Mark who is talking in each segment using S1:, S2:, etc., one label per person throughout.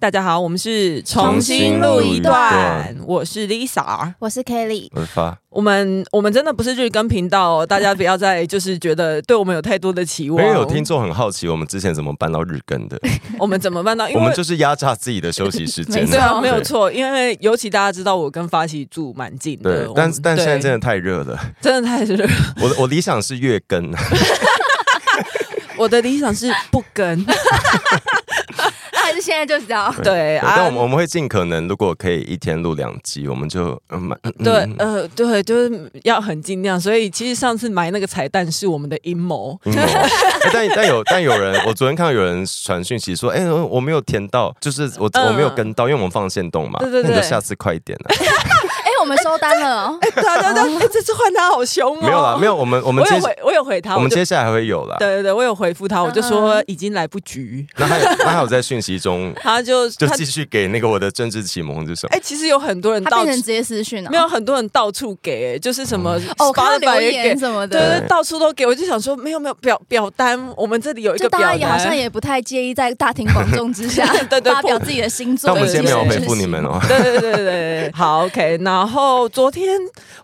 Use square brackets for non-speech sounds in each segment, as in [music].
S1: 大家好，我们是
S2: 重新录一段，
S1: 我是 Lisa。
S2: 我是 Kelly，
S3: 我是发，
S1: 我们我们真的不是日更频道哦，大家不要再就是觉得对我们有太多的期
S3: 因
S1: 望。
S3: 为有听众很好奇，我们之前怎么办到日更的？
S1: 我们怎么办到？ [laughs] 因
S3: 我
S1: 为
S3: 们就是压榨自己的休息时间
S2: 没。
S1: 对啊，
S2: 错
S1: [laughs] 没有错，因为尤其大家知道我跟发起住蛮近的，
S3: 对
S1: 我，们
S3: 但但现在真
S1: 对
S3: 的太
S1: [laughs]
S3: 热了。
S1: 真的太热了。
S3: 我的我理想是月更，
S1: 哎我的理想是不
S3: [laughs]
S1: 更，
S2: 那 [laughs] 还是现在就知道。
S1: 对
S3: 对但
S1: 啊
S3: 我，们我们会尽可能，如果可以一天录两集，我们就嗯蛮嗯
S1: 对
S3: 嗯，
S1: 呃，对，就是要很尽量。所以其实上次埋那个彩蛋是我们的阴谋， [laughs] 啊
S3: 嗯哦 [laughs] 哎但但有但有人，我昨天看到有人传讯息说，哎、我没有填到，就是我、
S1: 嗯
S3: 我没有跟到，因为我们放线动嘛，
S1: 对对对
S3: 那你就下次快一
S1: [laughs]
S3: 点啊。
S2: 哎，我们收单了 [laughs] 哦，
S1: 对啊，对啊对啊，哎，这次换他好凶哦。
S3: 没有啦，没有，我们我
S1: 我
S3: 们接
S1: 有回，我有回他，
S3: 我们
S1: 就
S3: 接下来还会有啦。
S1: 对对对，我有回复他，我就
S2: 嗯
S1: 说
S2: 嗯
S1: 已经来不及，
S3: 那还有那还有在讯息中
S1: 他就
S3: 就
S1: 他
S3: 继续给那个我的政治启蒙是什么？
S1: 哎，其实有很多人
S2: 他
S1: 到
S2: 变成
S1: 处
S2: 直接私讯了。
S1: 没有很多人到处给，哎就是什么
S2: 哦，我看到
S1: Spotify
S2: 留
S1: 也给
S2: 言。什么
S1: 对
S2: 的，
S1: 对，对到处都给，我就想说没有没有表表单，我们这里有一
S2: 就
S1: 个
S2: 大
S1: 表
S2: 家
S1: 单，
S2: 也好像也不太介意在大庭广众
S3: [laughs]
S2: 之下
S1: 对对
S2: 发表自己的星座。
S3: 但我们
S1: 先
S3: 今天没有回复你们
S2: 哦。
S3: 哦。
S1: 对对对对对，好 OK。然后昨天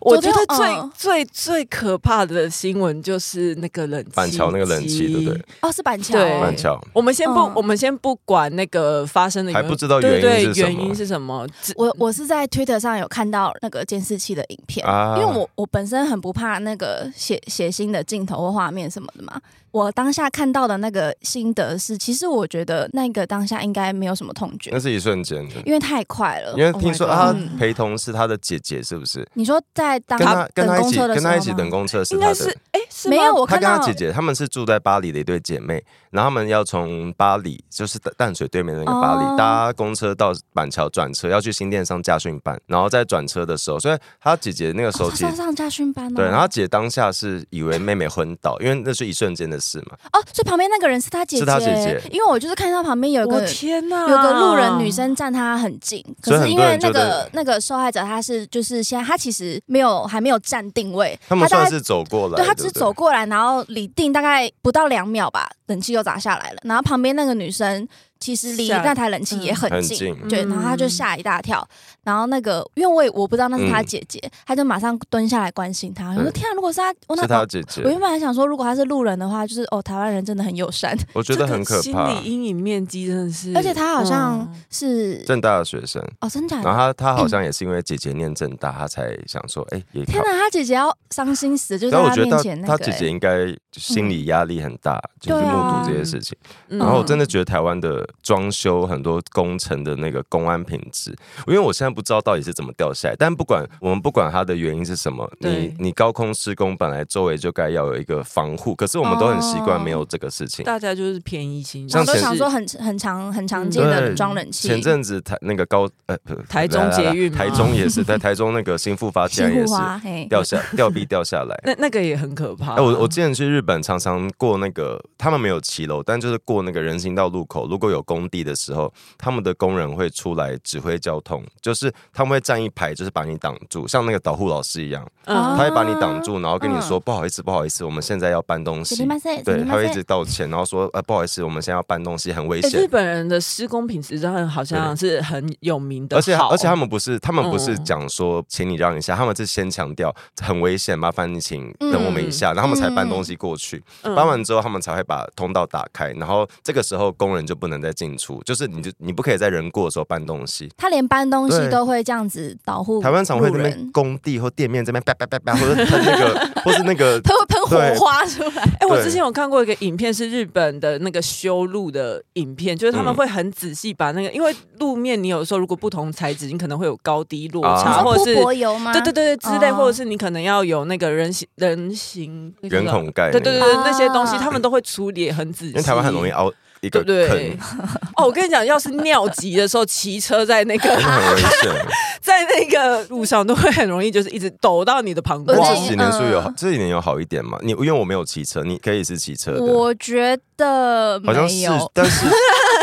S1: 我觉得
S2: 昨
S1: 最、
S2: 天嗯
S1: 最最可怕的新闻就是那个冷气，
S3: 板桥那个冷气，对不对？？
S2: 哦，是板桥
S1: 对
S3: [laughs]
S2: 哦，
S3: 板桥
S1: 我们先不、
S2: 嗯
S1: 我们先不管那个发生的原因，
S3: 还不知道
S1: 对
S3: 原因
S1: 对
S3: 是什
S1: 原
S3: 么
S1: 因是什么，只
S2: 我我是在 Twitter 上有看到那个监视器的影片，
S3: 啊
S2: 因为我我本身很不怕那个血血腥的镜头或画面什么的嘛。我当下看到的那个心得是，其实我觉得那个当下应该没有什么痛觉
S3: 那，是一瞬间的。
S2: 因为太快了。
S3: 嗯因为听说啊
S1: Oh my
S3: 他
S2: god 嗯
S3: 陪同是他的姐姐，是不是？
S2: 你说在当
S3: 跟他跟
S2: 等
S3: 他一
S2: 公
S3: 起
S2: 车的
S3: 跟
S2: 时候
S3: 他一起
S2: 吗
S3: 等公车是
S1: 应
S3: 他
S1: 该是
S3: 的。
S1: 哎、是吗
S2: 没有，我
S3: 他
S2: 看
S3: 跟他
S2: 到
S3: 姐姐，他们是住在巴黎的一对姐妹，然后他们要从巴黎，就是淡淡水对面的那个巴黎，
S2: 哦
S3: 搭公车到板桥转车，要去新店上驾训班，然后再转车的时候，所以他姐姐那个时候
S2: 哦
S3: 姐
S2: 上上家训班哦，
S3: 对，然后她姐当下是以为妹妹昏倒，因为那是一瞬间的事嘛。
S2: 哦，所以旁边那个人是他姐姐，
S3: 是她姐姐
S2: 因为我就是看到旁边有一
S1: 我
S2: 个
S1: 天哪，
S2: 有个路人女，生站他很近，
S3: 所以
S2: 可是
S3: 很
S2: 因
S3: 多
S2: 为
S3: 人
S2: 那
S3: 觉
S2: 个
S3: 得
S2: 那个受害者他是就是现在他其实没有还没有站定位，
S3: 他们
S2: 大
S3: 算
S2: 概
S3: 是走过来，
S2: 对他
S3: 不
S2: 只走过来，然后离定大概不到两秒吧，冷气又砸下来了，然后旁边那个女生其实离
S1: 吓
S2: 那台冷气也很
S3: 很
S2: 近。
S3: 近，
S2: 对，然后他就吓一大跳，然后那个，因为我也我不知道那是他
S3: 嗯
S2: 姐姐，他就马上蹲下来关心他。我说：“
S3: 嗯
S2: 天啊，如果是他，我那
S3: 是她姐
S2: 我原
S3: 姐，
S2: 本还想说，如果他是路人的话，就是哦，台湾人真的很友善，
S3: 我觉得很可
S1: 这个
S3: 怕
S1: 心理。阴影面积真的是，
S2: 而且他好像
S1: 嗯
S2: 是、
S3: 正大的学生，
S2: 哦，真假
S3: 然
S2: 的
S3: 后？他他好像也是因为姐姐念正大，他才想说，哎，也
S2: 天
S3: 考。
S2: 哪，他姐姐要伤心死，就在
S3: 但我
S2: 他
S3: 觉
S2: 面
S3: 得
S2: 前那
S3: 他
S2: 个、
S3: 姐姐
S2: 欸。
S3: 应该心理压力很大，就是
S2: 对
S3: 目
S2: 啊
S3: 睹这些事情。
S1: 嗯
S3: 然后我真的觉得台湾的装修很多工程的那个公安品质，因为我现在不知道到底是怎么掉下来，但不管我们不管它的原因是什么，
S1: 对
S3: 你你高空施工本来周围就该要有一个防护，可是我们都很习惯没有这个事情。
S1: 大家就是便宜心，
S3: 像
S2: 我都
S3: 前嗯
S2: 想说很很常很常见的
S3: 对
S2: 装冷气，
S3: 前阵子台那个高呃不
S1: 台中
S3: 来来来
S1: 捷运吗
S3: 台中也是在 [laughs] 台中那个新复发竟
S2: 西
S3: 然也
S2: 湖
S3: 是
S2: 花，啊嘿，
S3: 掉下吊臂掉下
S1: [laughs]
S3: 来。
S1: 那那个也很可怕。
S3: 哎、我我之前去日本，常常过那个，他们没有骑楼，但就是过那个人行道路口，如果有工地的时候，他们的工人会出来指挥交通，就是他们会站一排，就是把你挡住，像那个导护老师一样，
S1: 嗯哦
S3: 他
S2: 啊
S3: 会把你挡住，然后跟你说、不好意思，不好意思，我们现在要搬东
S2: 死
S3: 西
S2: 你，妈塞，死
S3: 对，
S2: 你
S3: 他
S2: 妈
S3: 会一
S2: 塞
S3: 直
S1: [laughs]
S3: 道歉，然后说呃不好意思，我们现在要搬东西，很危
S1: 哎日
S3: 险。
S1: 本人的施工品质真的好像是很有名的好，
S3: 而且而且他们不是他们不是
S1: 嗯
S3: 讲说请你让一下，他们是先强调很危险，麻烦你请等我们一
S1: 嗯
S3: 下，然后他们才搬
S2: 嗯
S3: 东西过去。
S1: 嗯
S3: 搬完之后，他们才会把通道打开，然后这个时候工人就不能再进出，就是你就你不可以在人过的时候搬东西。
S2: 他连搬东西
S3: 对
S2: 都会这样子保护
S3: 台湾常会那
S2: 路
S3: 边
S2: 人
S3: 工地或店面这边叭叭叭叭，或者喷那个，或是那
S1: [laughs]
S3: 个，
S2: 他会喷
S3: 对
S2: 火花出来，
S1: 哎、我
S3: 对
S1: 之前有看过一个影片，是日本的那个修路的影片，就是他们
S3: 嗯
S1: 会很仔细把那个，因为路面你有时候如果不同材质，你可能会有高低落
S2: [laughs]
S3: 啊
S1: 差，
S3: 你
S1: 或者
S2: 说泼
S1: 是
S2: 柏油吗？
S1: 对对对对之类，
S2: 哦
S1: 或者是你可能要有那个人行人行那个叫
S3: 人
S1: 什么
S3: 孔盖那
S1: 对
S3: 个，
S1: 对对对
S2: 啊
S1: 那些东西他们都会处理得很仔细，
S3: 因为台湾很容易。凹一
S1: 对
S3: 个
S1: 不对
S3: 坑，？
S1: [laughs] 哦，我跟你讲，要是尿急的时候，骑车在那
S3: [laughs] 真的
S1: 个
S3: 很危
S1: [laughs]
S3: 险。
S1: 在那个路上，都会很容易就是一直抖到你的膀
S2: 我
S1: 胱
S2: 自
S3: 哇，
S2: 己
S3: 这几年是不是有
S2: 嗯
S3: 这几年有好一点嘛？你因为我没有骑车，你可以是骑车的，
S2: 我觉得
S3: 好像
S2: 没
S3: 是 [laughs]
S2: 有，，
S3: 但是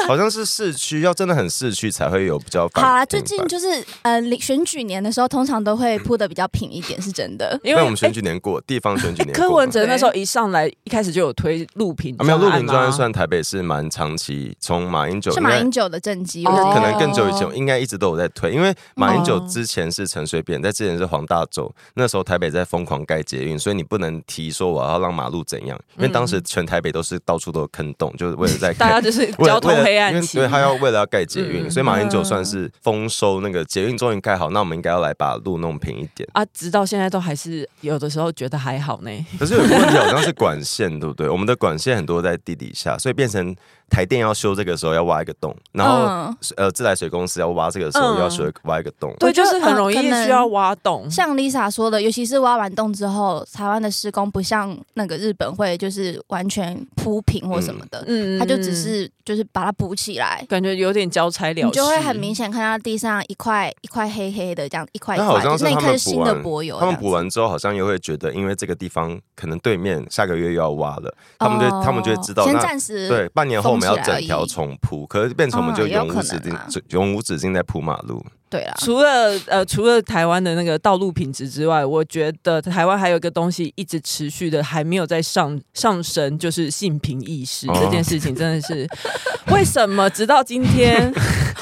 S3: 好像是市区，要真的很市区才会有比较
S2: 好
S3: 反。
S2: 啦，
S3: 平
S2: 最
S3: 板
S2: 近就是呃，临选举年的时候，通常都会铺的比较平一点，是真的。
S1: 因为
S3: 那我们选
S1: 哎
S3: 举年过，地方选举年过嘛。
S2: 哎
S1: 柯文哲那时候一上来，一开始就有推录屏
S3: 啊，没有
S1: 专
S3: 陆
S1: 案
S3: 林专
S1: 吗
S3: 案算台北市蛮长期，从马英九
S2: 是
S3: 应
S2: 马
S3: 该
S2: 英九哦的政绩，
S1: 哦
S2: 我觉得
S3: 可能更久以前，应该一直都有在推，因为马英九
S1: 哦
S3: 之前是陈水扁，在之前是黄大洲，那时候台北在疯狂盖捷运，所以你不能提说我要让马路怎样，因为当
S2: 嗯
S3: 时全台北都是到处都有坑洞，就是为了在
S1: [laughs] 大家
S3: 盖。
S1: 就是 [laughs]
S3: [laughs] 为
S1: 交
S3: 了
S1: 通
S3: 为了
S1: 黑
S3: 因
S1: 暗
S3: 为
S1: 期
S3: 对，，他要为了要盖捷运，
S1: 嗯
S3: 所以马英九
S2: 嗯
S3: 算是丰收那个捷运终于盖好，那我们应该要来把路弄平一点。 [laughs]
S1: 啊，直到现在都还是有的时候觉得还好呢。
S3: 可是有个问题，好像是管线，对不对？我们的管线很多在地底下，所以变成台电要修这个时候要挖一个洞，然后、
S2: 嗯
S3: 呃自来水公司要挖这个时候
S1: 嗯
S3: 又要修挖一个洞。
S1: 对，
S2: 我
S1: 就
S2: 觉得
S1: 是很容易
S2: 呃可能
S1: 需要挖洞。
S2: 像 Lisa 说的，尤其是挖完洞之后，台湾的施工不像那个日本会就是完全铺平或什么的，
S1: 嗯
S2: 它就只是就是把它补起来，
S1: 感觉有点交差了事，
S2: 你就会很明显看到地上一块一块黑黑的这样一块一
S3: 那好
S2: 块，
S3: 像
S2: 就是那一
S3: 他
S2: 块
S3: 们
S2: 是
S3: 补
S2: 新的
S3: 完
S2: 柏油。
S3: 他们补完之后，好像又会觉得，因为这个地方可能对面下个月又要挖了，他们就、
S2: 哦
S3: 他们就会知道，
S2: 先
S3: 那
S2: 暂时
S3: 对半年后我们要
S2: 封起来
S3: 整
S2: 而已
S3: 条重铺，可是变成我们就
S2: 嗯也有
S3: 永无
S2: 可
S3: 止
S2: 能
S3: 境、
S2: 啊
S3: 永无止境在铺马路。
S2: 对啦，
S1: 除了呃，除了台湾的那个道路品质之外，我觉得台湾还有一个东西一直持续的还没有在上上升，就是性平意识、
S3: 哦
S1: 这件事情，真的是 [laughs] 为什么直到今
S2: [laughs]
S1: 天？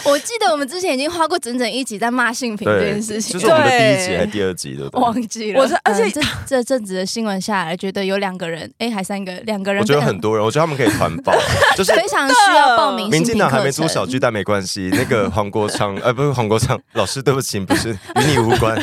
S2: 我记得我们之前已经花过整整一集在骂性平这件事
S3: [laughs] 就
S2: 情
S3: 是，我们的第一集
S1: 对
S3: 还是第二集，对不对？
S2: [laughs] 忘记了。
S1: 我是而且
S2: 嗯这这阵子的新闻下来，觉得有两个人，哎，还三个，两个人
S3: 我
S2: 被，
S3: 觉得很多人，我觉得他们可以团
S1: [laughs]
S3: 报，就是
S2: [laughs] 非常需要报名性
S3: 民
S2: 平
S3: 进党还没
S2: 课
S3: 出
S2: 程。
S3: 小巨蛋没关系，那个黄国昌，呃，不是黄国昌老师，对不起，不是与你无关。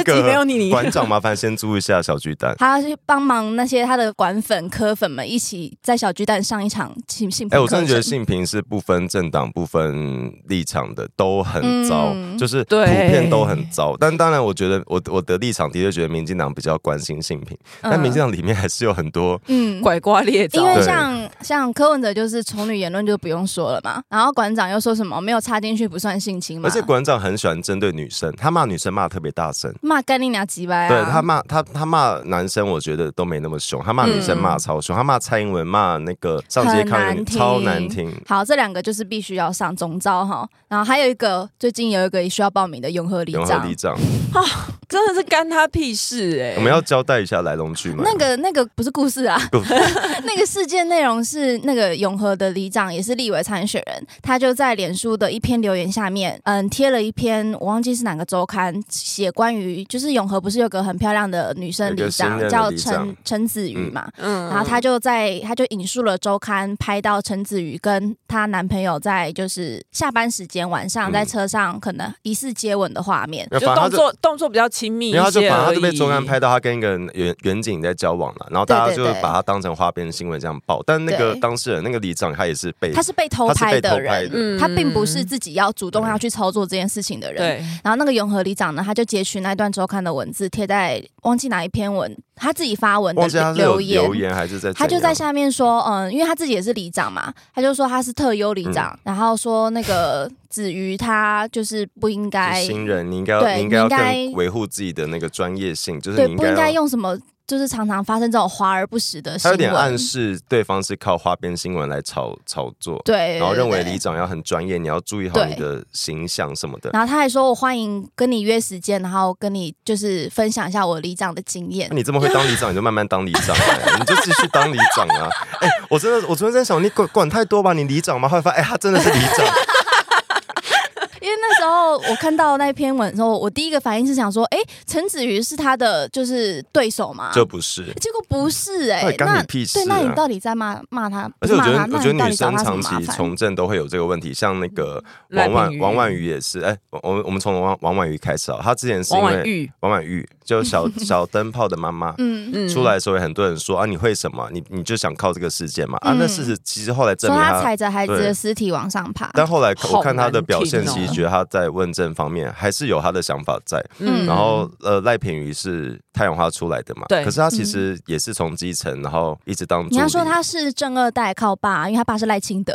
S1: [laughs] 这集
S3: 个
S1: 没有你你
S3: 馆长，麻烦先租一下小巨蛋。
S2: 他去帮忙那些他的管粉、科粉们一起在小巨蛋上一场性性
S3: 哎、
S2: 平
S3: 我
S2: 课程。
S3: 真的觉得性平是不分政党、不分立场的，都很糟，
S2: 嗯
S3: 就是普
S1: 对
S3: 遍都很糟。但当然，我觉得我我的立场的确觉得民进党比较关心性平，
S1: 嗯
S3: 但民进党里面还是有很多
S2: 嗯。嗯
S1: 拐瓜裂
S2: 因
S1: 枣，
S2: 为
S3: 对
S2: 像像柯文哲就是丑女言论就不用说了嘛，然后馆长又说什么没有插进去不算性侵嘛
S3: 而，且馆长很喜欢针对女生，他骂女生骂得特别大声。
S2: 骂干你娘几百啊！
S3: 对他骂他他骂男生，我觉得都没那么凶，他骂女生
S1: 嗯
S3: 骂超凶，他骂蔡英文骂那个上街抗议
S2: 很难听
S3: 超难听。
S2: 好，这两个就是必须要上中招哈。然后还有一个最近有一个也需要报名的永和里
S3: 永和
S2: 长
S3: 里，长，
S1: 真的是干他屁事哎、
S3: 我们要交代一下来龙去脉。
S2: 那个那个不是故事啊
S3: 不，
S2: [laughs] 那个事件内容是那个永和的里长也是立委参选人，他就在脸书的一篇留言下面，嗯，贴了一篇我忘记是哪个周刊写关于就是永和不是有个很漂亮的女生
S3: 有
S2: 里
S3: 个新任
S2: 长
S3: 的
S2: 叫
S3: 里
S2: 陈
S3: 长
S2: 陈子瑜嘛，
S1: 嗯
S2: 然后他就在他就引述了周刊拍到陈子瑜跟她男朋友在就是下班时间晚上
S3: 嗯
S2: 在车上可能疑似接吻的画面。
S3: 反
S1: 就
S3: 正他
S1: 动作动作比较亲密一些
S3: 然后他就把他
S1: 而
S3: 就被
S1: 已
S3: 周刊拍到他跟一个远远景在交往了，然后大家
S2: 对
S3: 就
S2: 对对
S3: 把他当成花边新闻这样报。但那个
S2: 对
S3: 当事人那个里长他也是被
S2: 他是被偷
S3: 他是
S2: 拍
S3: 被偷
S2: 的
S3: 拍
S2: 人，
S3: 的
S1: 嗯
S2: 他并不是自己要主动要去操作这件事情的人。
S1: 对，
S2: 然后那个永和里长呢，他就截取那一段周刊的文字贴在忘记哪一篇文，他自己发文的
S3: 忘记他是有
S2: 留言，
S3: 留言还是在
S2: 他就
S3: 怎样
S2: 在下面说，嗯，因为他自己也是里长嘛，他就说他是特优里
S3: 嗯
S2: 长，然后说那个子瑜他就是不应
S3: 就
S2: 该
S3: 是新人，你应该要
S2: 对
S3: 你应该要
S2: 你应该
S3: 更维护自己的那个专业性，就是
S2: 对
S3: 你，应
S2: 不
S3: 该
S2: 应
S3: 要
S2: 该用什么，就是常常发生这种华而不实的新
S3: 他有
S2: 闻。
S3: 点暗示对方是靠花边新闻来炒炒作。
S2: 对，
S3: 然后认为
S2: 对
S3: 里。长要很专业，你要注意好
S2: 对
S3: 你的形象什么的。
S2: 然后他还说：“我欢迎跟你约时间，然后跟你就是分享一下我里长的经验
S3: 那。你这么会当
S2: [laughs]
S3: 里长，你就慢慢当里长、哎你就继续当里长啊！哎、我真的，我昨天在想，你管管太多吧，你里长吗？后来发现，哎、他真的是里长，
S2: [laughs] 因为那时候我看到那篇文的时候，我第一个反应是想说：‘哎，陈子瑜是他的就是对手嘛？’
S3: 这不是。
S2: 结果不是哎、
S3: 到底干
S2: 那
S3: 你屁事
S2: 对，那你
S3: 啊！
S2: 到底在骂骂他？
S3: 而且我觉
S2: 骂
S3: 得
S2: 他，
S3: 我
S2: 那
S3: 觉得
S2: 你到
S3: 女
S2: 底找
S3: 生
S2: 他什么
S3: 长
S2: 麻
S3: 期
S2: 烦？嗯
S3: 从政都会有这个问题，像那个
S1: 赖
S3: 王
S1: 品
S3: 婉
S1: 妤
S3: 王婉瑜也是，哎，我我我们从王王婉瑜开始啊，她之前是
S1: 王
S3: 因
S1: 婉
S3: 为
S1: 玉，
S3: 王婉瑜就是
S2: [laughs]
S3: 小小灯泡的妈妈，
S2: 嗯，
S1: 嗯
S3: 出来的时候，很多人说啊，你会什么？你你就想靠这个事件嘛？啊，
S2: 嗯
S3: 那事实其实后来证
S2: 说
S3: 明
S2: 他
S3: 他，
S2: 踩着孩子
S3: 对
S2: 的尸体往上爬。
S3: 但后来我看他的表
S1: 好
S3: 现，
S1: 难听哦
S3: 其实觉得他在问政方面还是有他的想法在。
S2: 嗯
S3: 然后呃，赖品妤是太阳花出来的嘛，
S1: 对
S3: 可是他其实也是从基层，然后一直当助理。 [laughs]
S2: 你要说他是正二代靠爸，因为他爸是赖清德，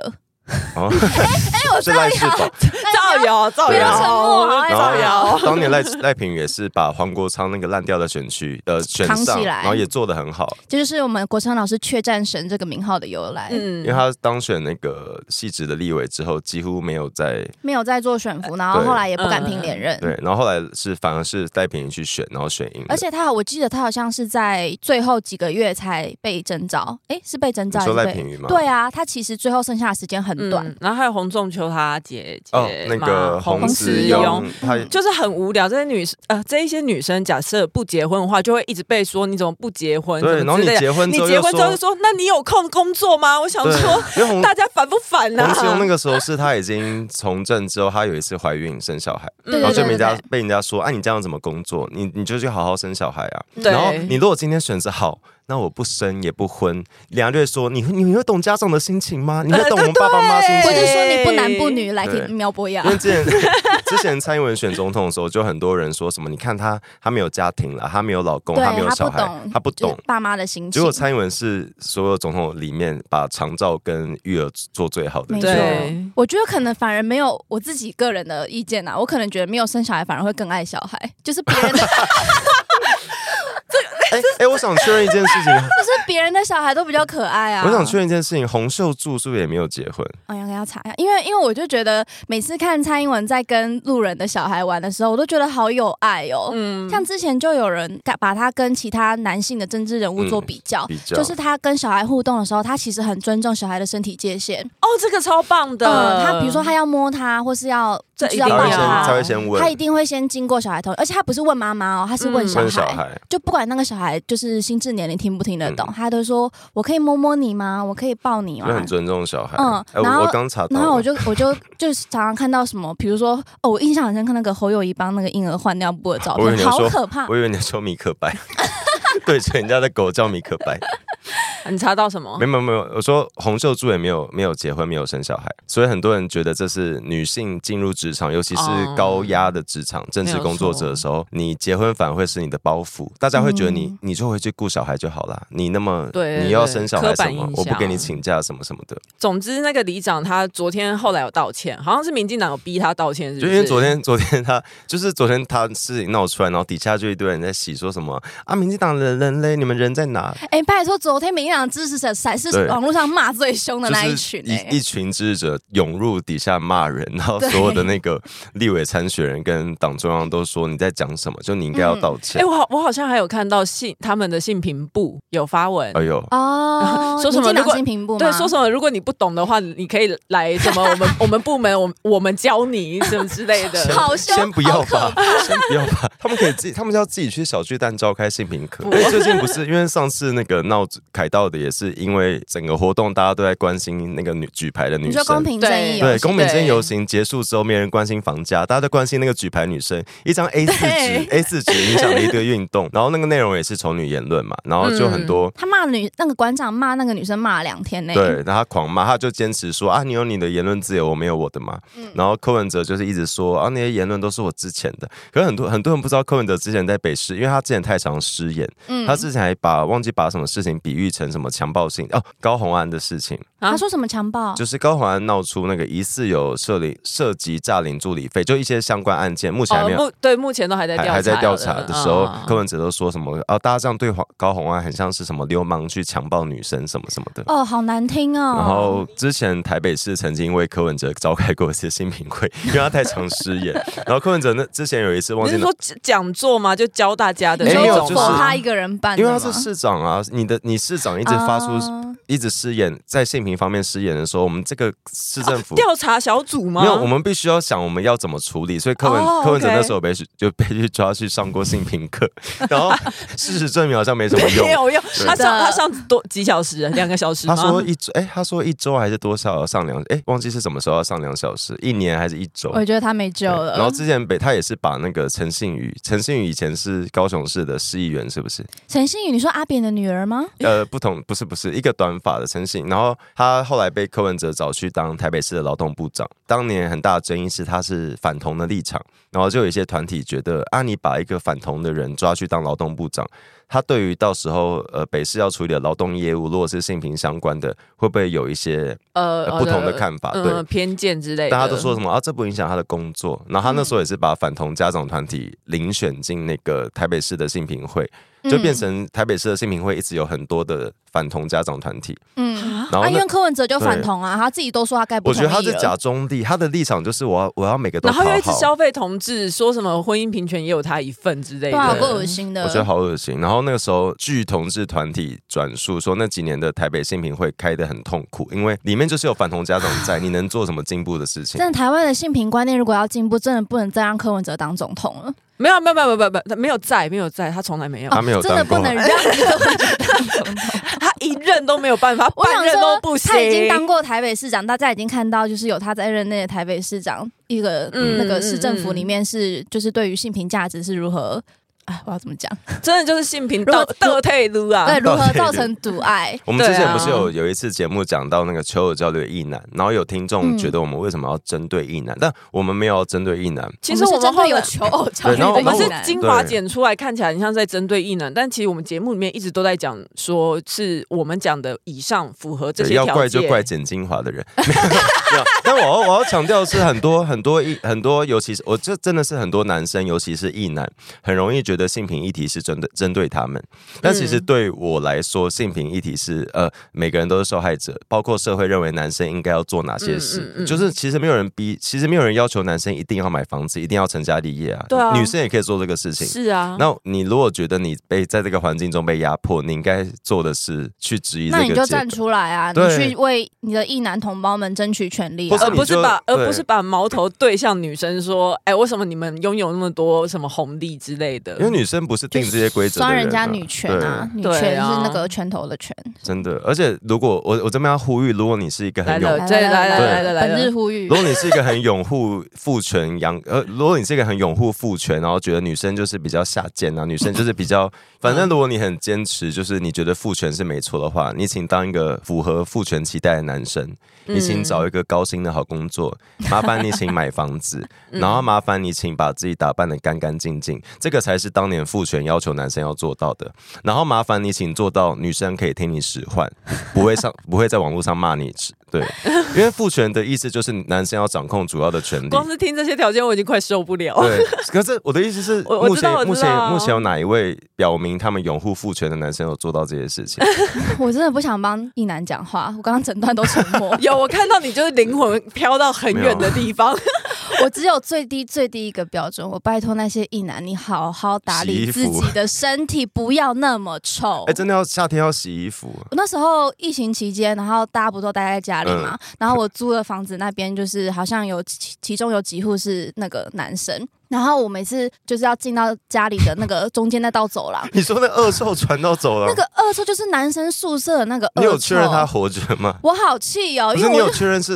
S3: 哦，
S2: 哎，我
S3: 是
S2: 知道
S3: 赖
S2: 有
S3: 世宝。
S1: 造谣，造
S3: 不要
S2: 沉默啊
S1: 谣，
S2: 好爱
S1: 造
S3: 然
S1: 谣
S3: 后。当年赖赖品妤也是把黄国昌那个烂掉的选区呃选
S2: 扛起
S3: 上，
S2: 来
S3: 然后也做得很好，
S2: 这就是我们国昌老师“怯战神”这个名号的由来。
S1: 嗯
S3: 因为他当选那个系职的立委之后，几乎没有在
S2: 没有在做选服，然后
S3: 对
S2: 后来也不敢拼连任。
S3: 对，然后后来是反而是赖品妤去选，然后选赢了。
S2: 而且他好，我记得他好像是在最后几个月才被征召，诶，是被征召
S3: 你说
S2: 还是
S3: 赖
S2: 被
S3: 品妤吗
S2: 对啊，他其实最后剩下的时间很短。
S1: 嗯，然后还有洪仲秋他姐姐嘛、
S3: 哦，那个
S1: 洪
S2: 慈
S3: 慈
S2: 庸
S1: 庸。
S3: 庸，他
S1: 就是很无聊，这些女生呃，这一些女生假设不结婚的话，就会一直被说你怎么不结婚？
S3: 对，
S1: 什
S3: 然
S1: 么
S3: 后
S1: 之
S3: 你
S1: 类的
S3: 结婚
S1: 你
S3: 之后
S1: 结
S3: 又
S1: 婚之后就
S3: 说，
S1: 说，那你有空工作吗？我想
S3: 对
S1: 说，
S3: 因为洪
S1: [laughs] 大家烦不烦啊呐、
S3: 洪慈庸那个时候是他已经从政之后，他有一次怀孕生小孩，
S2: 对
S1: 嗯
S3: 然后就被
S2: 没
S3: 人
S2: 加
S3: 家被人家说，啊，你这样怎么工作？你你就去好好生小孩啊。
S1: 对
S3: 然后你如果今天选择好，那我不生也不婚，人家就会说你你会懂家长的心情吗？你会懂我们爸爸妈妈心
S2: 或
S1: 对
S2: 者
S1: 对
S3: 情？
S2: 说你不男不女来
S3: 对
S2: 听苗博雅
S3: 因，为之前之前蔡英文选总统的时候，就很多人说什么，你看他他没有家庭了，他没有老公，
S2: 对
S3: 没有
S2: 他
S3: 小
S2: 不
S3: 孩
S2: 懂，，
S3: 他不
S2: 就是
S3: 懂。
S2: 爸妈的心
S3: 结
S2: 情
S3: 果。蔡英文是所有总统里面把长照跟育儿做最好的
S2: 没
S3: 人，哎
S2: 错
S1: 对，
S2: 我觉得可能反而没有我自己个人的意见啊呐、我可能觉得没有生小孩反而会更爱小孩，就是别人的， [laughs] 就
S3: 哎、哎，我想确认一件事情，
S2: [laughs] 是别人的小孩都比较可爱啊。
S3: 我想确认一件事情，洪秀柱是不是也没有结婚？
S2: 哎呀，给他查一下，因为因为我就觉得每次看蔡英文在跟路人的小孩玩的时候，我都觉得好有爱哦。
S1: 嗯，
S2: 像之前就有人把他跟其他男性的政治人物做比较，
S3: 比较
S2: 哦就是他跟小孩互动的时候，他其实很尊重小孩的身体界限。
S1: 哦，这个超棒的。
S2: 嗯，他比如说他要摸他，或是要
S1: 这
S2: 就是要
S1: 一
S3: 他
S1: 定
S2: 抱
S3: 会
S1: 要
S3: 先他会
S2: 他，
S3: 先
S2: 他一
S3: 问
S2: 定会先经过小孩同意，而且他不是问妈妈哦，他是问
S1: 嗯
S2: 小
S3: 问
S2: 孩。
S3: 小孩，
S2: 就不管那个小孩就是心智年龄听不听得懂，
S3: 嗯
S2: 他都说我可以摸摸你吗？我可以抱你
S3: 就
S2: 吗？
S3: 很尊重小孩。
S2: 嗯
S3: 哎，
S2: 然
S3: 我
S2: 后
S3: 我刚查
S2: 然后
S3: 到
S2: 我
S3: 了，
S2: 就我就就是常常看到什么，比如说哦，我印象很深刻那个侯友谊帮那个婴儿换尿布的照
S3: 我以为
S2: 片，
S3: 你要
S2: 好
S3: 说
S2: 可怕。
S3: 我以为你说米可
S2: [laughs]
S3: 白，对着人家的狗叫米可白，
S1: 嗯你查到什么
S3: 没？有没有，我说洪秀柱也没有没有结婚，没有生小孩，所以很多人觉得这是女性进入职场，尤其是
S1: 哦
S3: 高压的职场、政治工作者的时候，你结婚反而会是你的包袱，大家会觉得你、
S2: 嗯
S3: 你就回去顾小孩就好啦，你那么
S1: 对对
S3: 你要生小孩
S1: 刻板
S3: 什么
S1: 印，
S3: 我不
S1: 象
S3: 给你请假什么什么的，
S1: 总之，那个里长他昨天后来有道歉，好像是民进党有逼他道歉，是不？
S3: 就是因为昨天，昨天他 [laughs] 就是昨天他事情闹出来，然后底下就一堆人在洗说什么啊，民进党的人嘞，你们人在哪？
S2: 哎、拜托，昨天民进党支持者才是
S3: 对
S2: 网络上骂最凶的
S3: 就
S2: 那
S3: 是
S2: 一群哎、
S3: 一一群支持者涌入底下骂人，然后
S2: 对
S3: 所有的那个立委参选人跟党中央都说你在讲什么，就你应该要
S2: 嗯
S3: 道
S1: 哎、
S3: 歉。
S1: 我好，我好像还有看到信他们的信评部有发文，
S3: 哎呦，
S2: 哦，
S1: 说什么
S2: 民进
S1: 如果
S2: 党新平部吗
S1: 对，说什么？如果你不懂的话，你可以来什 [laughs] 么我们我们部门，我们我们教你什么之类 [laughs]
S3: 先
S1: 的。
S2: 好凶
S3: 先不要
S2: 好可
S3: 吧，先不要吧，他们可以自己，他们要自己去小巨蛋召开性平课。
S1: 不
S3: 哎最近不是因为上次那个闹凯道的，也是因为整个活动大家都在关心那个女举牌的女
S2: 你说
S3: 生，
S2: 公平正义
S1: 游
S2: 哦游
S3: 对，
S1: 戏
S2: 戏
S3: 公民之间
S1: 对
S3: 游行结束之后，没人关心房价，大家都关心那个举牌女生。一张 A 四
S1: [laughs]
S3: 纸，A 四纸影响了一堆运动，然后那个内容也是丑女言论嘛，然后就很
S1: 嗯
S3: 多。
S2: 他骂女那个馆长骂那个女生骂了两天呢、
S3: 对，然后他狂骂，他就坚持说啊，你有你的言论自由，我没有我的嘛。
S1: 嗯
S3: 然后柯文哲就是一直说啊，那些言论都是我之前的。可是很多很多人不知道柯文哲之前在北市，因为他之前太常失言，
S2: 嗯
S3: 他之前还把忘记把什么事情比喻成什么强暴性哦，高红安的事情。
S1: 啊
S2: 他说什么强暴？
S3: 就是高华安闹出那个疑似有涉领涉及诈领助理费，就一些相关案件，目前还没有。
S1: 哦目对目前都还在调
S3: 啊还
S1: 查，
S3: 还在调查的时候，
S1: 嗯
S3: 柯文哲都说什么啊？大家这样对黄高红安很像是什么流氓去强暴女生什么什么的。
S2: 哦，好难听哦。
S3: 然后之前台北市曾经为柯文哲召开过一次新品会，因为他太常失言。然后柯文哲那之前有一次忘
S1: 你
S3: 记
S1: 是
S3: 了，
S1: 说讲座吗？就教大家的
S2: 你
S1: 那
S3: 哎没有
S1: 种哦
S2: 说
S3: 就是
S2: 否
S1: 吗
S2: 他一个人办的
S3: 因为
S2: 吗，啊
S3: 他是市长啊，你的你市长一
S2: 一
S3: 直发出、
S1: 哦
S3: 一直失言，在性平方面失言的时候，我们这个市政府
S1: 调查小组吗？
S3: 没有，我们必须要想我们要怎么处理。所以柯文、
S1: 哦
S3: 柯文哲
S1: OK
S3: 那时候被去就被去抓去上过性平课，然后事实证明好像没什
S1: [laughs]
S3: 么
S1: 没
S3: 用。
S1: 有用。
S3: 对
S1: 他上
S2: 是的
S1: 他上多几小时，啊两个小时
S3: 他
S1: 吗？
S3: 说一周，哎、他说一周还是多少要上两，哎、忘记是什么时候要上两小时，一年还是一周？
S1: 哦
S2: 我觉得他没救
S3: 对
S2: 了。
S3: 然后之前北他也是把那个陈信宇，陈信宇以前是高雄市的市议员，是不是？
S2: 陈信宇，你说阿扁的女儿吗？
S3: 呃，不同，不是不是一个短发的陈信，然后他后来被柯文哲找去当台北市的劳动部长。当年很大的争议是他是反同的立场，然后就有一些团体觉得啊，你把一个反同的人抓去当劳动部长，它对于到时候呃北市要处理的劳动业务，如果是性平相关的，会不会有一些
S1: 呃
S3: 呃不同的看法
S1: 呃
S3: 对
S1: 嗯偏见之类的，
S3: 大家都说什么啊？这不影响他的工作。然后他那时候也是把反同家长团体遴选进那个台北市的性平会，就变成台北市的性平会一直有很多的反同家长团体。
S2: 嗯。
S3: 然后
S2: 啊，因
S3: 呢
S2: 为，柯文哲就反同啊，他自己都说他该不
S3: 我觉
S2: 同意
S3: 得他是
S2: 了
S3: 假中立，他的立场就是我要我要每个都
S1: 然
S3: 讨
S1: 后又一直
S3: 好。
S1: 消费同志，说什么婚姻平权也有他一份之类
S2: 对啊，
S1: 的，
S2: 有够恶心的。
S3: 我觉得好恶心。然后那个时候，据同志团体转述说，那几年的台北性平会开得很痛苦，因为里面就是有反同家长在，你能做什么进步的事情？
S2: 真的，台湾的性平观念如果要进步，真的不能再让柯文哲当总统了。
S1: 没有没有没有没有没有没有在没有在，他从来没有，
S3: 他没有
S2: 真的
S3: 当
S2: 不
S3: 过啊，
S2: 能让柯文哲当总统。
S1: [laughs] 他一任都没有办法，
S2: 我
S1: 半
S2: 想
S1: 任
S2: 说
S1: 都不，行。
S2: 他已经当过台北市长，大家已经看到，就是有他在任内的台北市长，一个、
S1: 嗯
S2: 那个市政府里面是，就是对于性平价值是如何。哎，我要怎么讲？
S1: 真的就是性平
S2: 如
S1: 倒
S2: 果
S1: 倒退路啊，
S2: 对，如何
S3: 对对
S2: 造成阻碍？
S3: 我们之
S1: 对
S3: 前
S1: 啊
S3: 不是有有一次节目讲到那个求偶焦虑的异男，然后有听
S1: 嗯
S3: 众觉得我们为什么要针对异男，但我们没有要针对异男，
S1: 其实我
S2: 我
S1: 们
S2: 真
S1: 后
S2: 的
S1: 来
S2: 有求偶焦虑
S3: 对然后
S2: 的
S1: 我们
S2: 疑
S1: 是
S2: 难
S1: 精华
S3: 对
S1: 剪出来，看起来很像在针对异男，但其实我们节目里面一直都在讲，说是我们讲的以上符合这
S3: 对
S1: 些
S3: 要
S1: 条
S3: 怪
S1: 件。
S3: 就怪剪精华的人。 [laughs] 没有但我要我要强调的是很多很多异很多，尤其是我这真的是很多男生，尤其是异男，很容易觉得性平议题是针对针对他们，但其
S1: 嗯
S3: 实对我来说，性平议题是呃每个人都是受害者，包括社会认为男生应该要做哪些事，
S1: 嗯嗯嗯
S3: 就是其实没有人逼，其实没有人要求男生一定要买房子，一定要成家立业啊，
S1: 对啊
S3: 女生也可以做这个事情。
S1: 是啊，
S3: 那你如果觉得你被在这个环境中被压迫，你应该做的是去质疑这
S2: 那
S3: 个
S2: 你就
S3: 结果
S2: 站出来啊，你
S3: 对
S2: 去为你的异男同胞们争取权利、
S3: 或
S2: 啊
S3: 是
S1: 而
S3: 你。
S1: 不是
S3: 就
S1: 把而
S3: 对
S1: 不是把矛头对向女生说，哎、为什么你们拥有那么多什么红利之类的？
S3: 因为女生不是定这些规则的
S2: 酸
S3: 人啊、
S2: 人家女权啊，女
S1: 对
S2: 权
S1: 对啊
S2: 是那个拳头的拳。
S3: 对，真的。而且如果我我这边要呼吁，如果你是一个很
S1: 来
S3: 勇
S1: 了，对来了来了来了
S2: 本日呼吁
S3: 如。果你是一个很拥护父权养，呃，如果你是一个很拥护父权，然后觉得女生就是比较下贱啊，女生就是比较，反正如果你很坚持，就是你觉得父权是没错的话，你请当一个符合父权期待的男生，你请找一个高薪的好工作，麻烦你请买房子，然后麻烦你请把自己打扮的干干净净，这个才是当年父权要求男生要做到的。然后麻烦你请做到女生可以听你使唤， [laughs] 不会上不会在网络上骂你，对，因为父权的意思就是男生要掌控主要的权利。
S1: 光是听这些条件，我已经快受不了。
S3: 对，可是我的意思是，
S1: 我我
S3: 目
S1: 知道
S3: 前
S1: 我
S3: 目
S1: 知道
S3: 前目前有哪一位表明他们拥护父权的男生有做到这些事情？
S2: 我真的不想帮异男讲话，我刚刚整段都沉
S1: [laughs]。
S2: 默
S3: [laughs]
S1: 有，我看到你就是灵魂飘到很远的地方，
S2: 我只有最低最低一个标准，我拜托那些异男，你好好打
S3: 洗
S2: 理
S3: 衣
S2: 自
S3: 服
S2: 己的身体，不要那么臭。
S3: 哎，真的要夏天要洗衣服，
S2: 我那时候疫情期间，然后大家不都待在家里嘛，
S3: 嗯
S2: 然后我租的房子那边就是好像有其其中有几户是那个男生，然后我每次就是要进到家里的那个中间那道走廊，
S3: 你说那恶兽传到走
S2: 那
S3: 廊，
S2: 个恶臭就是男生宿舍的那个恶臭。
S3: 你有确认他活着吗？
S2: 我好气哦，
S3: 不
S2: 因
S3: 是，你
S2: 为我
S3: 有
S2: 就
S3: 确认是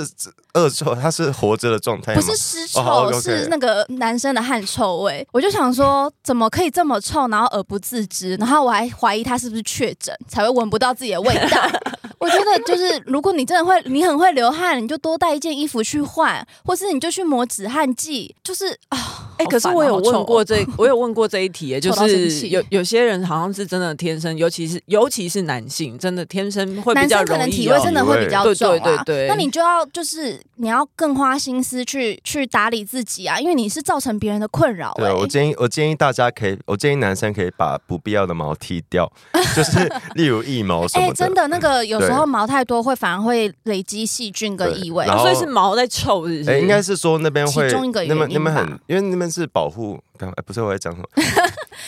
S3: 恶兽，他是活着的状态
S2: 不
S3: 吗？
S1: 哎
S2: 是尸
S3: 哦好
S2: 臭，
S3: ，OK，OK
S2: 是那个男生的汗臭味。我就想说，怎么可以这么臭，然后而不自知，然后我还怀疑他是不是确诊，才会闻不到自己的味道。
S1: [laughs]
S2: 我觉得就是，如果你真的会，你很会流汗，你就多带一件衣服去换，或是你就去抹止汗剂。就是啊，
S1: 哎、
S2: 好
S1: 可是
S2: 烦
S1: 我
S2: 哦
S1: 有
S2: 好臭
S1: 问
S2: 哦
S1: 过
S2: [laughs]
S1: 这，我有问过这一题耶，就
S2: 臭到生
S1: 是
S2: 气
S1: 有有些人好像是真的天生，尤其是尤其是男性，真的天生会比
S2: 男
S1: 较
S2: 生可
S1: 容
S2: 能
S1: 易
S2: 体
S1: 有
S2: 味
S3: 哦
S2: 真的会比较
S1: 对
S2: 重
S1: 对
S2: 啊。
S1: 对对，
S2: 那你就要就是你要更花心思去去打理自己啊，因为你是造成别人的困扰、欸。
S3: 对，我建议我建议大家可以，我建议男生可以把不必要的毛剃掉， [laughs] 就是例如腋毛什
S2: 哎、
S3: 么的。
S2: 真的，那个有时
S3: 对
S2: 候毛太多会反而会累积细菌跟
S3: 对
S2: 异味
S3: 然。
S1: 啊
S3: 后
S1: 所以是毛在臭，是不是？
S3: 哎、应该是说那边会，
S2: 其中一个
S3: 那边
S2: 原因
S3: 那边很
S2: 吧，
S3: 因为那边是保护，刚哎、不是我在
S2: [laughs]
S3: 讲什么，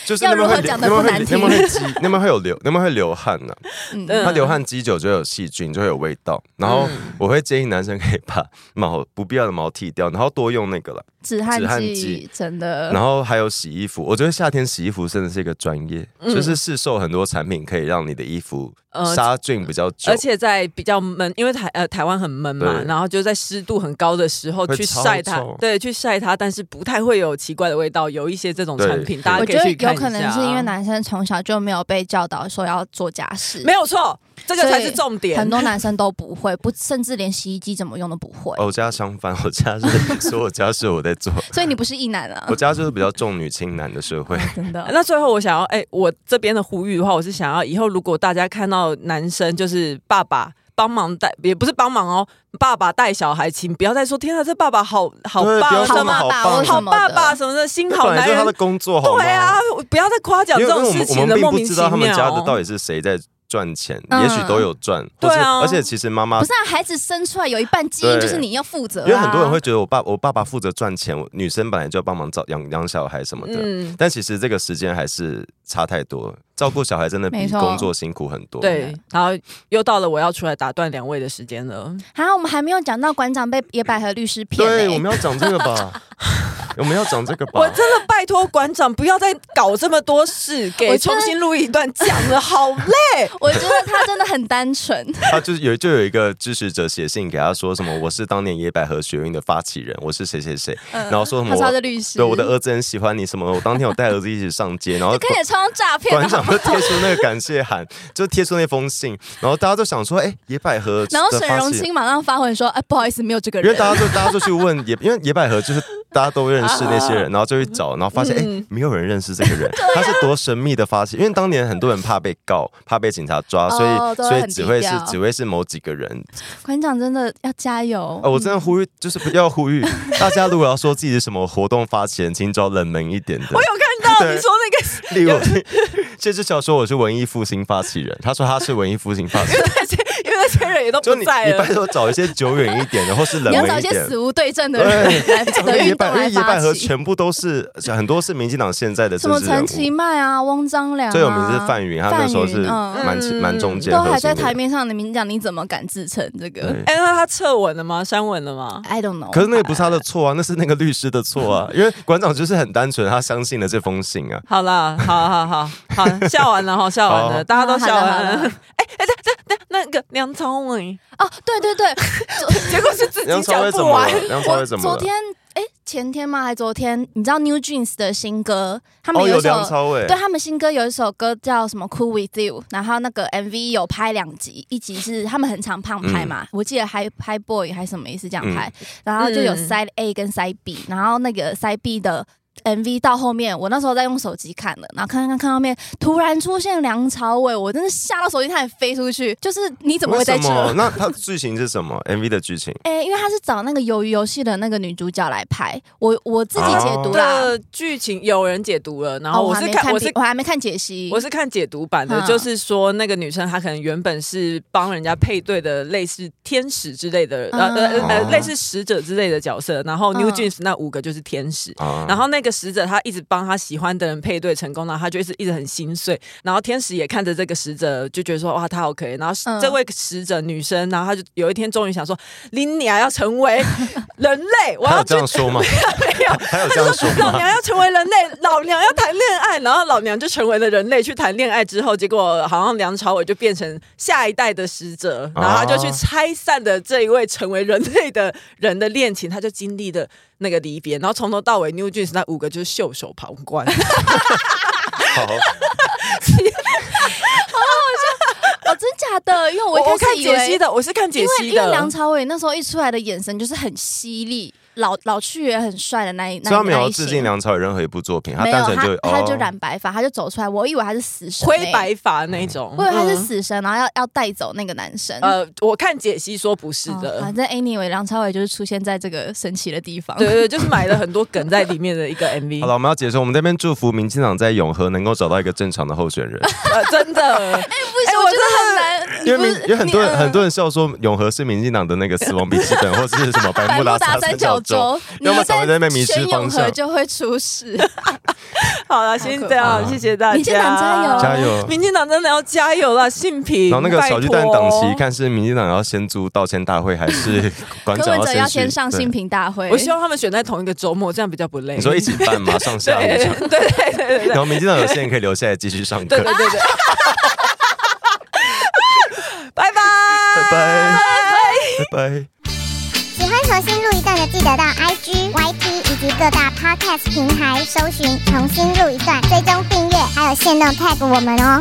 S3: 就是
S2: 要
S3: 那边
S2: 如
S3: 会
S2: 何
S3: 流
S2: 讲
S3: 那
S2: 得
S3: 边
S2: 不
S3: 会
S2: 难
S3: 流那边会积，那边会有流，那边会流汗呢、
S2: 嗯
S1: 嗯
S3: 它流汗积久就会有细菌，就会有味道。然后
S1: 嗯
S3: 我会建议男生可以把毛不必要的毛剃掉，然后多用那个了。
S2: 止汗
S3: 止汗
S2: 剂
S3: 剂
S2: 真的。
S3: 然后还有洗衣服，我觉得夏天洗衣服真的是一个专业，
S1: 嗯
S3: 就是市售很多产品可以让你的衣服
S1: 呃
S3: 杀菌比较久
S1: 而。且在比较闷，因为台呃台湾很闷嘛，
S3: 对
S1: 然后就在湿度很高的时候
S3: 会
S1: 去
S3: 超
S1: 晒它
S3: 臭，
S1: 对，去晒它，但是不太会有奇怪的味道。有一些这种
S3: 对
S1: 产品，大
S2: 我
S1: 家可
S2: 觉
S1: 以
S2: 得
S1: 去看啊
S2: 有
S1: 一下。
S2: 可能是因为男生从小就没有被教导说要做家事，
S1: 没有错，这个才是重点。
S2: 很多男生都不会，不甚至连洗衣机怎么用都不
S3: [laughs]
S2: 会。
S3: 哦我家相反，我家是 [laughs] 所以我家是我在做，
S2: 所以你不是异男啊
S3: 我？家就是比较重女轻男的社会。
S2: [laughs] 真的，
S1: 那最后我想要，哎、我这边的呼吁的话，我是想要以后如果大家看到男生就是爸爸帮忙带，也不是帮忙哦，爸爸带小孩，请不要再说天啊，这爸爸好好
S3: 对
S1: 爸
S3: 不要
S1: 什
S3: 说
S1: 么
S3: [laughs] 那好
S2: 好爸
S3: 棒
S2: 爸，
S1: 好
S2: 什么
S1: 爸
S2: 的
S1: 爸什么的新
S3: [laughs] 这
S1: 好
S3: 本来
S1: 男
S3: 就是他
S1: 人
S3: 的，工作，好吗？
S1: 对啊，不要再夸奖
S3: 因
S1: 这
S3: 为因为
S1: 种
S3: 我
S1: 事
S3: 们我
S1: 情
S3: 们
S1: 了，
S3: 并
S1: 莫
S3: 不
S1: 名其
S3: 知道他们家的到
S1: 妙。
S3: 底是谁在赚钱，
S2: 嗯
S3: 也许都有赚，
S1: 对
S3: 或是
S1: 啊
S3: 而且其实妈妈
S2: 不是啊，孩子生出来有一半基因
S3: 对
S2: 就是你要负责、啊，
S3: 因为很多人会觉得我爸我爸爸负责赚钱，我女生本来就要帮忙照养养小孩什么的。
S1: 嗯，
S3: 但其实这个时间还是差太多了，照顾小孩真的
S2: 没
S3: 比
S2: 错
S3: 工作辛苦很多。
S1: 对，然后又到了我要出来打断两位的时间了。
S2: 啊，我们还没有讲到馆长被野百合律师骗、
S3: 对，
S2: 欸，
S3: 我们要讲这个
S1: [laughs]
S3: 吧，我们要讲这个吧。
S1: 我真的拜托馆长不要再搞这么多事，给
S2: 我觉得
S1: 重新录一段讲了，好
S2: [laughs]
S1: 累。
S2: 我觉得他真的很单纯，
S3: 他就是有就有一个支持者写信给他说什么，我是当年野百合学运的发起人，我是谁谁谁，然后说什
S2: 他
S3: 么
S2: 嗯说他
S3: [laughs] 我
S2: 是律师，
S3: 对我的儿子很喜欢你什么，我当天有带儿子一起上街， [laughs] 然后
S2: 可以超诈骗啊
S3: 馆
S2: 的。
S3: 长就贴出那个感谢函， [laughs] 就贴出那封信，然后大家都想说，哎、野百合
S2: 然后
S3: 的
S2: 沈
S3: 发
S2: 荣
S3: 起人
S2: 清马上发文说：“哎，不好意思，没有这个
S3: 因为
S2: 人。”
S3: 大家就大家就去问野，因为野百合就是大家都认识那些
S2: [laughs] 嗯
S3: 人，然后就去找，然后发现哎、诶没有人认识这个人，
S2: 啊
S3: 他是多神秘的发现。因为当年很多人怕被告，怕被警察抓，所
S2: 哦
S3: 以
S2: 都
S3: 所以
S2: 很
S3: 只
S2: 低
S3: 会是
S2: 调
S3: 只会是某几个人。
S2: 馆长真的要加油！
S3: 哦，我真的呼吁，就是不要呼吁大家，如果要说自己是什么活动发起人，请找冷门一点的。
S1: 我有看到
S3: 对
S1: 你说那个
S3: 例 [laughs] 如，这只小说我是文艺复兴发起人，他说他是文艺复兴发起人，
S1: 那些，因为那些人也都
S3: 就
S1: 不
S3: 你你
S1: 在了
S3: 拜。托找一些久远一点的，或是冷
S2: 你要
S3: 门
S2: 找
S3: 一
S2: 一些
S3: 点。
S2: 死无对证的人
S3: 对
S2: 来
S3: 因 [laughs]
S2: 的
S3: 为野
S2: 运动
S3: 百因
S2: 来
S3: 为野
S2: 发
S3: 百合
S2: 起，
S3: 全部都是很多是民进党现在的
S2: 什
S3: 政
S2: 么
S3: 治人
S2: 陈
S3: 物，
S2: 其迈啊、翁章良、啊，
S3: 最有名是范云，他那时候是
S2: 范云嗯
S3: 蛮
S1: 嗯
S3: 蛮中间
S2: 都
S3: 核心的，
S2: 还在台面上的名将，你怎么敢自称这个
S3: 对。
S1: 哎、那他撤文了吗？删文了吗？
S2: ？I don't know。
S3: 可是那也不是他的错啊，那是那个律师的错啊，因为馆长就是很单纯，他相信了这封信啊。
S1: 好啦，好好好好，笑完了，好笑完了，
S3: 好
S1: 大家都笑完
S2: 好了
S1: 了
S2: 好了。
S1: 那个梁朝伟，
S2: 哦，对
S3: [laughs]
S2: 对对，
S1: 结果是自己
S3: 梁朝
S1: 讲
S3: 伟怎
S1: 不
S3: 么
S1: 完
S3: 了。？梁朝
S2: 我
S3: 伟怎么
S2: 昨
S3: 了？
S2: 天哎、前天吗？还昨天？你知道 New Jeans 的新歌，他们
S3: 哦，
S2: 有
S3: 有
S2: 一首、
S3: 梁朝伟
S2: 对，他们新歌有一首歌叫什么《Cool with You》，然后那个 MV 有拍两集，一集是他们很常胖拍嘛，
S3: 嗯
S2: 我记得还拍 Boy 还什么意思这样拍，然后就有
S1: 嗯
S2: Side A 跟 Side B，然后那个 Side B 的。MV 到后面，我那时候在用手机看了，然后看看看到后面，突然出现梁朝伟，我真的吓到手机差点飞出去。就是你怎么
S3: 为
S2: 会在
S3: 什
S2: 这？
S3: 么？那他剧情是什
S2: [laughs]
S3: 么？MV 的剧情
S2: 哎、因为他是找那个鱿鱼游戏的那个女主角来拍，我我自
S3: 啊
S2: 己解读啦。
S1: 的剧情有人解读了，然
S2: 哦
S1: 后我
S2: 还
S1: 是
S2: 没
S1: 看
S2: 看
S1: 我
S2: 比
S1: 是
S2: 我还没看解析，
S1: 我是看解读版的，
S2: 嗯
S1: 就是说那个女生她可能原本是帮人家配对的类似天使之类的，呃呃呃
S3: 哦
S1: 呃，类似使者之类的角色。然后
S2: 嗯
S1: New Jeans 那五个就是天使。
S3: 啊？
S1: 然后那个使者他一直帮他喜欢的人配对成功，然后他就一直一直很心碎。然后天使也看着这个使者，就觉得说哇，他好可怜。然后
S2: 嗯
S1: 这位使者女生，然后她就有一天终于想说，林娘要成为人类，我
S3: 他
S1: 要
S3: 有
S1: 去
S3: 这样
S2: [laughs]
S3: 说吗？
S1: 没有
S3: 他有这样说
S1: 老
S3: 吗？
S1: 娘要成为人类，老娘要谈恋爱，然后老娘就成为了人类去谈恋爱之后，结果好像梁朝伟就变成下一代的使者，然后他就去拆散了这一位成为人类的人的恋情，他就经历了那个离别，然后从头到尾 New Jeans 那五个就是袖手旁观，
S2: [laughs]
S3: 好，
S2: 哦，真假的？因为我一
S1: 我我
S2: 开
S1: 看
S2: 始以
S1: 解
S2: 为，
S1: 析的，我是看解
S2: 因为
S1: 析
S2: 因为梁
S1: 的。
S2: 朝伟那时候一出来的眼神就是很犀利，老老去也很帅的那一那
S3: 所以他没
S2: 那
S3: 有
S2: 一
S3: 致
S2: 型
S3: 敬。梁朝伟任何一部作品，他
S2: 没有
S3: 单纯就
S2: 他，他就
S3: 哦
S2: 染白发，他就走出来。我以为他是死神、
S1: 灰
S2: 欸，
S1: 白发那种，
S2: 我以为他是
S1: 嗯
S2: 死神，然后要要带走那个男生。
S1: 呃，我看解析说不是
S2: 哦
S1: 的，
S2: 反正 anyway，梁朝伟就是出现在这个神奇的地方。
S1: 对对，对就是买了很多梗在里面的一个 MV。
S3: [laughs] 好了，我们要结束。我们这边祝福民进党在永和能够找到一个正常的候
S2: [laughs]
S3: 选人，
S1: 呃，真的，
S2: 不行，
S1: 哎
S2: 我
S1: 我
S2: 觉得很难。
S3: 因为
S2: 你不
S3: 民
S2: 是
S3: 有很多
S2: 你
S3: 人
S2: 嗯
S3: 很多人笑说永和是民进党的那个死亡笔记本，或者是什么百
S2: 百
S3: 慕
S2: 慕
S3: 达
S2: 达
S3: 三角洲。
S2: 角洲，
S3: [laughs]
S2: 你
S3: 要么
S2: 一
S3: 早就
S2: 旦
S3: 在那边迷失
S2: 选
S3: 方
S2: 永
S3: 向
S2: 和就会出
S3: [laughs]
S2: 事。
S1: 好了，先
S2: 可
S1: 这
S3: 怕
S1: 样，谢谢大家，
S2: 民进党加油
S3: 加油！
S1: 民进党真的要加油啦，信平。
S3: 然后那个小巨蛋
S1: 拜
S3: 党
S1: 托
S3: 旗，。看是民进党要先租道歉大会，还
S2: [laughs]
S3: 是馆
S2: 柯
S3: 长
S2: 文哲要
S3: 去
S2: 先上
S3: 对
S2: 新品大会，
S1: 我希望他们选在同一个周末，这样比较不累。
S3: 你说一起办嘛，上
S1: 对
S3: 下
S1: 对 [laughs] 对
S3: 午这样。
S1: 对对对对
S3: 然后民进党有些人可以留下来继续上课
S1: 对。对
S3: [laughs]
S1: 对。拜
S3: 拜
S1: 拜。
S3: 拜，拜拜。
S4: 喜欢重新录一段的，记得到 IG、YT 以及各大 Podcast 平台搜寻“重新录一段”，追踪订阅，还有限定 tag 我们哦。